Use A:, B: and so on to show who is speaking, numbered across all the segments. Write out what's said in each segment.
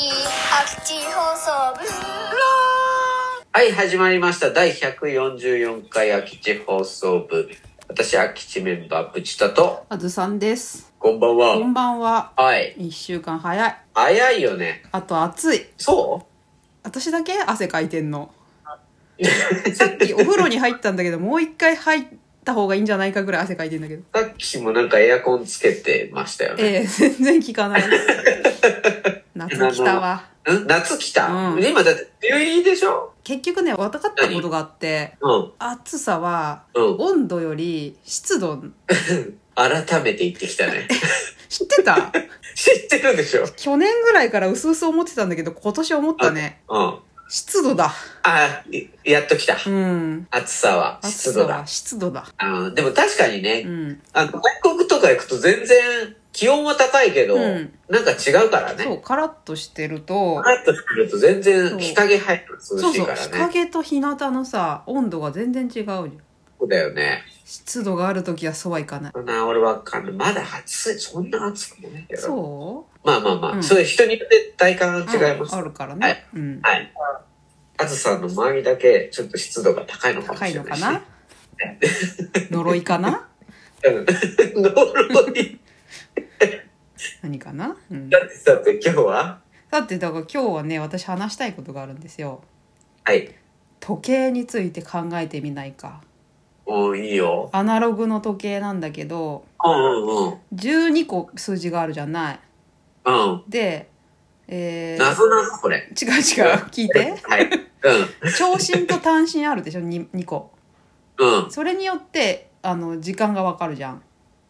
A: 各地放送部
B: はい、始まりました。第144回空き地放送部。私、空き地メンバー、プチタと、
C: あずさんです。
B: こんばん
C: こん
B: は。
C: ばんは。
B: はい。
C: 一週間早い。
B: 早いよね。
C: あと暑い。
B: そ
C: 私だけ汗かいてんの。さっきお風呂に入ったんだけど、もう一回入った方がいいんじゃないかぐらい汗かいてんだけど。
B: うさっきもなんかエアコンつけてましたよね。
C: ええ全然効かない。夏来たわ。
B: ん夏来た、
C: うん
B: 今だって、梅雨入りでしょ
C: 結局ね、分かったことがあって、
B: うん。
C: 暑さは
B: うん。
C: 温度より湿度、
B: 改めて行ってきたね。
C: 知ってた
B: 知ってるでしょ
C: 去年ぐらいから薄々思ってたんだけど、今年思ったね。
B: うん。
C: 湿度だ。
B: あ、いやっと来た。
C: うん。
B: 暑さは
C: 暑
B: 湿
C: さ
B: 度だ
C: は。湿度だ。
B: あのでも確かにね、
C: うん。
B: あの、外国とか行くと全然気温は高いけど、
C: うん
B: なんか違うから
C: そ
B: ね。
C: う、カラッとしてると、
B: カラッとしてると全然日陰入るの
C: そ
B: 涼
C: う
B: しい
C: そう、
B: から
C: 日
B: ね。
C: 陰と日向のさ、温度が全然違うじゃん。
B: そうだよね。
C: 湿度があるときはそうはいかない。
B: そんな俺はかんないまだ暑い。そんな暑くもないけど。
C: そ
B: まあまあまあ、
C: うん
B: そういう人によって体感
C: う
B: が違います。
C: うんあるから
B: は
C: ね
B: い。
C: うん。
B: はい。暑さの周りだけちょっと湿度が高いのかも
C: 高
B: し
C: い
B: れ
C: の
B: な
C: か
B: いし。
C: な呪いかな
B: うん 呪い。
C: 何かな、うん、
B: だってだって今日は
C: だってだから今日はね私話したいことがあるんですよ
B: はい。
C: 時計について考えてみないか
B: もういいよ。
C: アナログの時計なんだけど
B: うんうんうん。
C: 12個数字があるじゃない
B: うん。
C: でえー、
B: 謎なのこれ。
C: 違う違う聞いて
B: はい。うん。
C: 長針と短針あるでしょ 2, 2個
B: うん。
C: それによってあの時間がわかるじゃん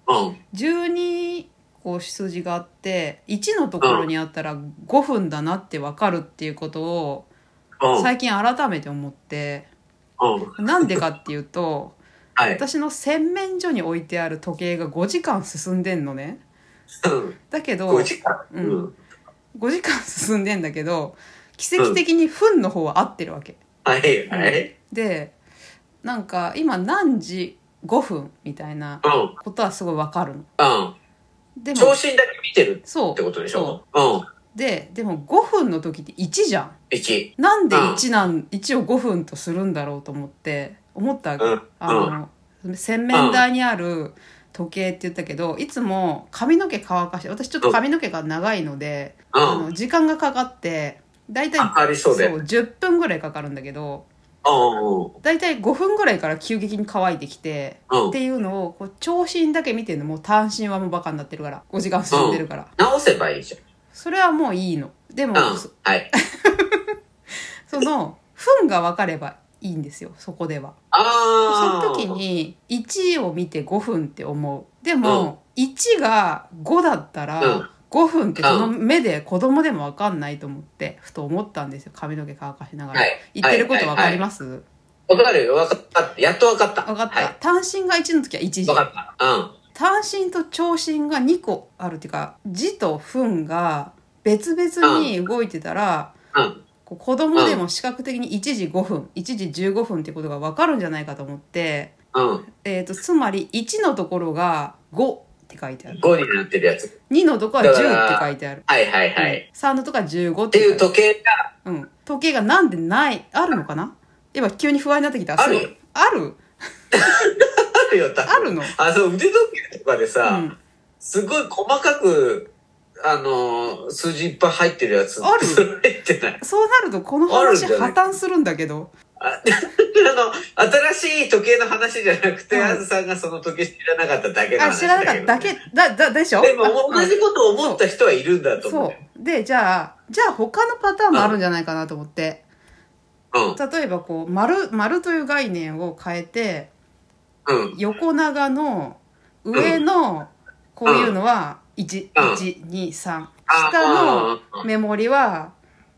B: うん。
C: 12個数字があって1のところにあったら5分だなってわかるっていうことを
B: うん。
C: 最近改めて思って
B: うん。
C: なんでかってい うと
B: はい。
C: 私の洗面所に置いてある時計が5時間進んでんのね
B: うん。
C: だけど
B: 5時間。う
C: う
B: んん。
C: 5時間進んでんだけど奇跡的に分の方は合ってるわけ
B: はい。はい。
C: でなんか今何時5分みたいな
B: うん。
C: ことはすごいわかるの
B: うん。
C: でも
B: 長針だけ見てる
C: そう
B: ってことでし
C: そ
B: ょうん。
C: うででも5分の時って1じゃん
B: 1。
C: なんで
B: うん
C: 1なん、一を5分とするんだろうと思って思ったわけ、
B: うん
C: あの洗面台にある時計って言ったけどいつも髪の毛乾かして私ちょっと髪の毛が長いので、
B: う
C: あ
B: ん。
C: の時間がかかって大体
B: かかりそうで。うん。
C: 10分ぐらいかかるんだけど
B: うん。
C: 大体5分ぐらいから急激に乾いてきて
B: う
C: っ
B: ん。
C: ていうのをこう長針だけ見てるのもう単身はもうバカになってるから5時間進んでるから、
B: 直せばいいじ
C: それはもういいのでも、
B: ゃん。うん
C: そ。
B: はい。
C: その分が分かればいいんですよそこでは
B: ああ。
C: その時。に1を見て5分って思うでも、1が5だったら、
B: うん
C: 5分ってこの目で子供でも分かんないと思ってふと思ったんですよ髪の毛乾かしながら、
B: はい
C: 言ってること分かります、
B: わかるよ。わかった。やっとわかった。
C: 分かった、
B: は
C: 単身が1の時は1
B: い。
C: 時
B: わかった。うん。
C: 単身と長身が2個あるっていうか字と分が別々に動いてたら、
B: うん。
C: こう子供でも視覚的に1時5分1時15分ってことが分かるんじゃないかと思って、
B: うん。
C: えー、とつまり1のところが5って書いてある
B: 5になってるやつ。
C: 2のところは10って書いてある、
B: はいはいはい。
C: 3のところは15っ
B: って
C: て
B: い
C: 書いうてある
B: 時計が、
C: うん、時計がなんでないあるのかな今急に不安になってきた
B: あるよ
C: そうある
B: あるよ、多分
C: あるの
B: あ、そう、腕時計とかでさ、
C: うん
B: すごい細かく、あのー数字いっぱい入ってるやつ。
C: あ る
B: それ入ってない。
C: そうなるとこの
B: あるん
C: 話
B: じゃな
C: 破
B: い
C: 綻するんだけど
B: ああの、新しい時計の話じゃなくて、
C: うん
B: あずさんがその時計知らなかっただけの
C: あ
B: 話
C: 知らなかっただけだだでしょ
B: でも
C: あ
B: 同じことを思った人はいるんだと思う
C: そ
B: よ。
C: うでじゃあじゃあ他のパターンもあるんじゃないかなと思って、
B: うん。
C: 例えばこう丸丸という概念を変えて
B: うん。
C: 横長の上のこういうのは1、
B: うん
C: 1、2、3
B: あ
C: 下の
B: う
C: メモリは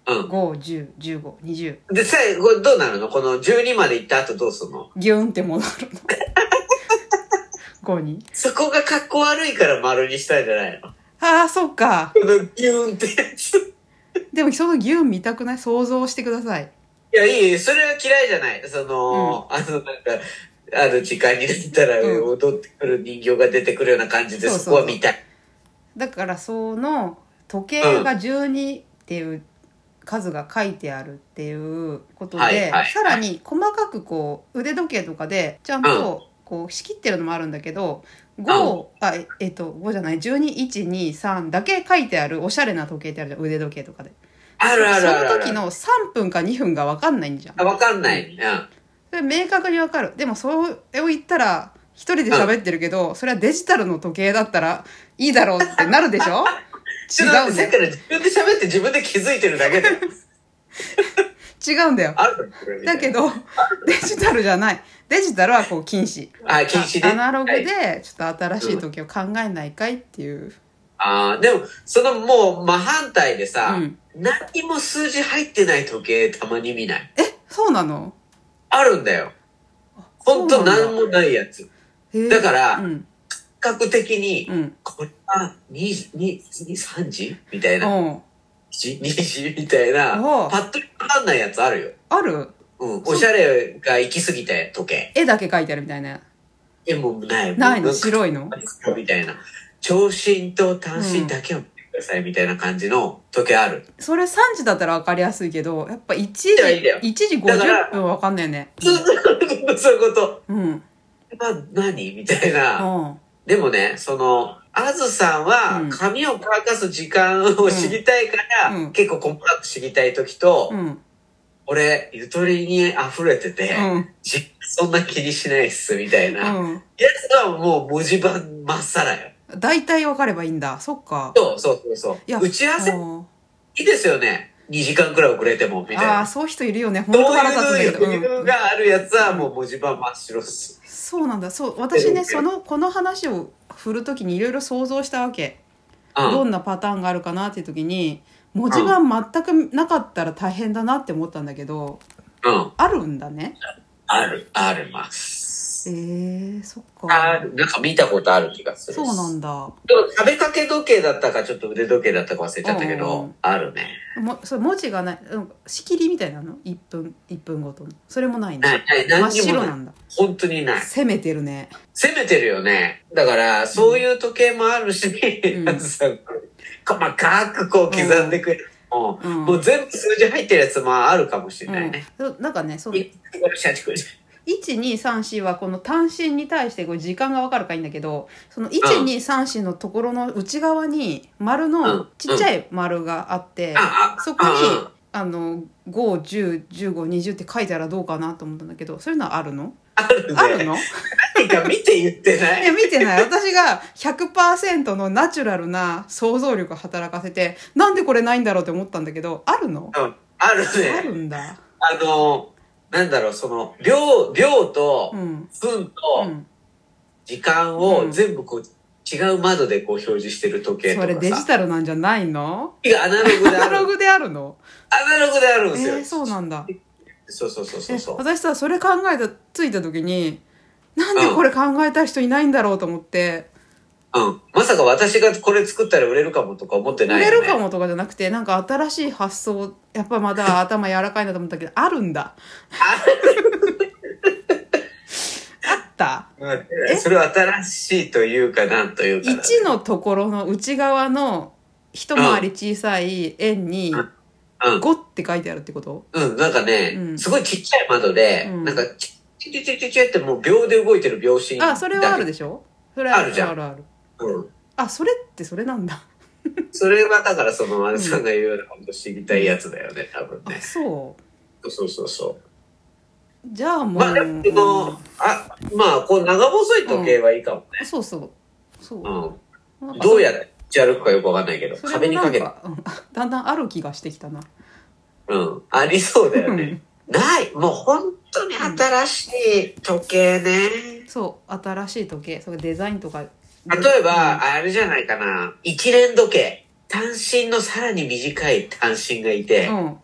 B: ん
C: 5、10、15、20
B: うん。で、最後どうなるのこの12まで行った後どうするの
C: ギュンって戻る の5に
B: そこが格好悪いから丸にしたんじゃないのこ
C: ああそっか
B: のギューンってやつ。
C: でもそのギュン見たくない想像してください
B: いや、いいよそれは嫌いじゃない。その、あの、なんか、あの、時間になったら、
C: うん
B: 踊ってくる人形が出てくるような感じで、
C: そう
B: そ
C: そう
B: こ
C: そう
B: は見たい。
C: だからその時計が12っていう数が書いてあるっていうことで、
B: はいはい
C: さらに細かくこう腕時計とかでちゃんとこう仕切ってるのもあるんだけど5あええっと5じゃない12123だけ書いてあるおしゃれな時計ってあるじゃん腕時計とかで
B: あるあるあるある。
C: その時の3分か2分が分かんないんじゃん
B: あ。わかんない。うん。
C: それ明確にわかるでもそれを言ったら一人で喋ってるけど、それはデジタルの時計だったらいいだろうってなるでしょ
B: ち
C: 違
B: ょっと
C: う
B: 待
C: ん
B: っ
C: だ
B: て、さ
C: よ
B: っきから自分で喋って自分で気づいてるだけ で。
C: 違うんだよ
B: あるのこれみたい
C: だ
B: な
C: けどデジタルじゃないデジタルはこう禁止
B: あ、禁止ね。
C: アナログ
B: はい
C: でちょっと新しい時計を考えないかいっていう、
B: ああ、でも、そのもう真反対でさ、
C: うん
B: 何も数字入ってない時計たまに見ない。
C: えそうなの
B: あるんだよ。ほんと何もないやつ。だから
C: うん
B: 比較的に、
C: うん
B: これは2時、2 3時みたいな。
C: うん
B: 1 2時みたいな。
C: おう
B: パッとわかんないやつあるよ。
C: ある
B: うん。おしゃれが行き過ぎた時計。
C: 絵だけ描いてあるみたいな
B: え、もうない。
C: ない
B: も
C: の
B: う
C: 白いの
B: みたいな。長身と短身だけを見てくださいみたいな感じの時計ある。
C: それ3時だったら分かりやすいけどやっぱ1時
B: いやいや
C: 1時
B: だから
C: 50分は分かんないよね
B: そうそうそういうこと。
C: うんうん
B: まあ、何みたいな。
C: あ
B: でもね、その、あずさんは
C: うん
B: 髪を乾かす時間を知りたいから、
C: うん
B: 結構細かく知りたい時と、
C: うん
B: 俺、ゆとりに溢れてて、
C: うん
B: じそんな気にしないっす、みたいな。
C: うん
B: やつはもう文字盤まっさらよ。
C: 大体分かればいいんだそっか
B: そうそうそうそう。
C: いや
B: 打ち合わせ
C: う
B: い
C: ん
B: いですよね。2時間くらい遅れても、みたい
C: ああ
B: な。
C: そういう人いるよね本
B: どう
C: 当腹立つんだ
B: い
C: け
B: う
C: ど
B: 余
C: うん
B: 裕があるやつはもう文字盤真っ白っす。
C: そうなんだそう私
B: うん
C: ねそのこの話を振る時にいろいろ想像したわけ、
B: う
C: ど
B: ん。
C: んなパターンがあるかなっていう時に文字盤全くなかったら大変だなって思ったんだけど
B: うん。
C: あるんだね
B: ある、あります。
C: えー、そっ
B: あ
C: か
B: るなんか見たことある気がする。
C: そうなんだ
B: でも食べかけ時計だったか、ちょっと腕時計だったか忘れちゃったけ
C: う
B: ど
C: ん、
B: あるね。
C: もそれ文字がないうん仕切りみたいなの1分1分ごとのそれもない
B: な
C: ね
B: い、ない、
C: 真っ
B: 何にも
C: 白
B: な。
C: ないんだ
B: 本当にない。
C: 攻めてるね
B: 攻めてるよね。だから、そういう時計もあるし、
C: ん
B: あ ずさん、細かくこう刻んでくれる。もう
C: うん
B: もう全部数字入ってるやつもあるかもしれ
C: う
B: ない
C: ん
B: ね。、
C: そうなんかねその
B: いこれシャチこれシャチ
C: 1234はこの単身に対してこう時間が分かるからいいんだけどその1234のところの内側に丸
B: う
C: の
B: ん
C: ちっちゃい丸があって、
B: ああ
C: そこに
B: うんうん
C: あの5101520って書いたらどうかなと思ったんだけどそういうのはあるの
B: あるね。
C: あるのい
B: 何か見て言ってない
C: や見てない私が100%のナチュラルな想像力を働かせてなんでこれないんだろうって思ったんだけどあるの
B: うんある
C: あ
B: ね。
C: るんだ
B: あの、なんだろう、その、秒、秒と
C: う、ん
B: 分
C: う
B: と、
C: ん
B: 時間を全部こう、違う窓でこう表示してる時計と
C: それデ
B: か
C: ジ
B: さ。
C: タルなんじゃないの
B: いやアナログで
C: ア
B: あ
C: ナロ
B: る。
C: グであるの
B: アナログであるんですよ。
C: えー、そうなんだ
B: そうそうそうそう
C: え
B: そう。
C: 私さそれ考えたついた時になんでこれ考えた人いないんだろうと思って、
B: うん。まさか私がこれ作ったら売れるかもとか思ってな
C: 売
B: いよ、
C: れ
B: ね。
C: るかもとかじゃなくてなんか新しい発想やっぱまだ頭柔らかいなと思ったけどあるんだあった
B: うんそれは新しいというか、なんというかな。
C: 1のところの内側の一回り小さい円に
B: うんうん
C: 5って書いてあるってこと
B: うん、なんかね、
C: うん
B: すごいちっちゃい窓で、
C: うん
B: なんか、チュチュチュチュチュってもう秒で動いてる秒針だけ。
C: あそれはあるでしょそれは
B: あるじゃん
C: あるある
B: うん。
C: あそれってそれなんだ
B: それはだからその、あれさんが言うような、本当知りたいやつだよね、多分
C: あ
B: ね。
C: そう
B: そうそうそう。
C: じゃあもう、
B: まあ、でも、
C: うん
B: あ、まあ、こう長細い時計はいいかもね。
C: そうそうそう
B: う
C: なん
B: ん。
C: か
B: どうやって歩くかよくわかんないけど、
C: それも
B: 壁にかけ
C: な
B: て
C: ん。かうんだんだんある気がしてきたな。
B: うん。ありそうだよ
C: う
B: ね
C: ん。
B: ない。もう本当に新しい時計ね。
C: そう、新しい時計、それデザインとか。例
B: 例えば、、あれじゃないかな。一連時計。単身のさらに短い単身がいて
C: う、ん。
B: も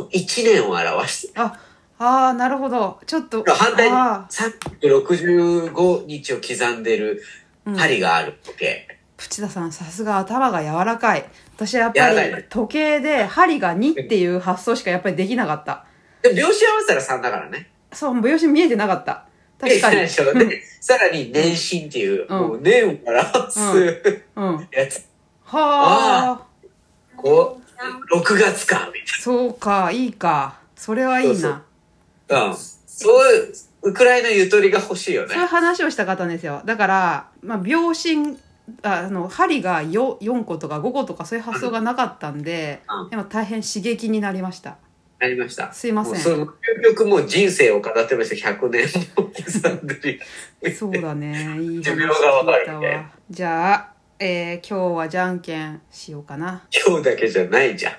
B: う一年を表してる。
C: あ、あーなるほど。ちょっと。
B: 反対に
C: あ
B: 365日を刻んでる
C: ーうん
B: 針がある時計。
C: プチダさん、さすが頭が柔らかい。私はやっぱ
B: 柔らか
C: り時計で針が2っていう発想しかやっぱりできなかった。
B: でも、秒針合わせたら3だからね。
C: そう、秒針見えてなかった。確かに。
B: でさらに年針っていう、
C: うん
B: もう年を表す
C: うん。は
B: やつ。
C: あ。
B: こう、 6月か、み
C: そうかいいかそれはいいな
B: そうそ
C: そ
B: ううたいな。うん。そういう、ウクライナゆとりが欲しいよ
C: いう
B: ね。
C: 話をしたかったんですよだから、まあ、秒針ああの針が 4, 4個とか5個とかそういう発想がなかったんで、
B: うん
C: でも大変刺激になりました
B: なりました。
C: すいま
B: もう
C: せ
B: そ
C: ん
B: の究極もう人生を語ってました100年も刻んでる
C: そう だねいい話
B: 寿命がわか
C: 聞
B: る
C: い
B: みた
C: た
B: いな
C: わじゃあ、えー今日はじゃんけんしようかな
B: 今日だけじゃないじゃん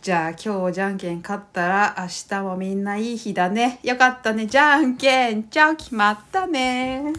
C: じゃあ今日じゃんけん勝ったら明日もみんないい日だねよかったねじゃんけんじゃん決まったね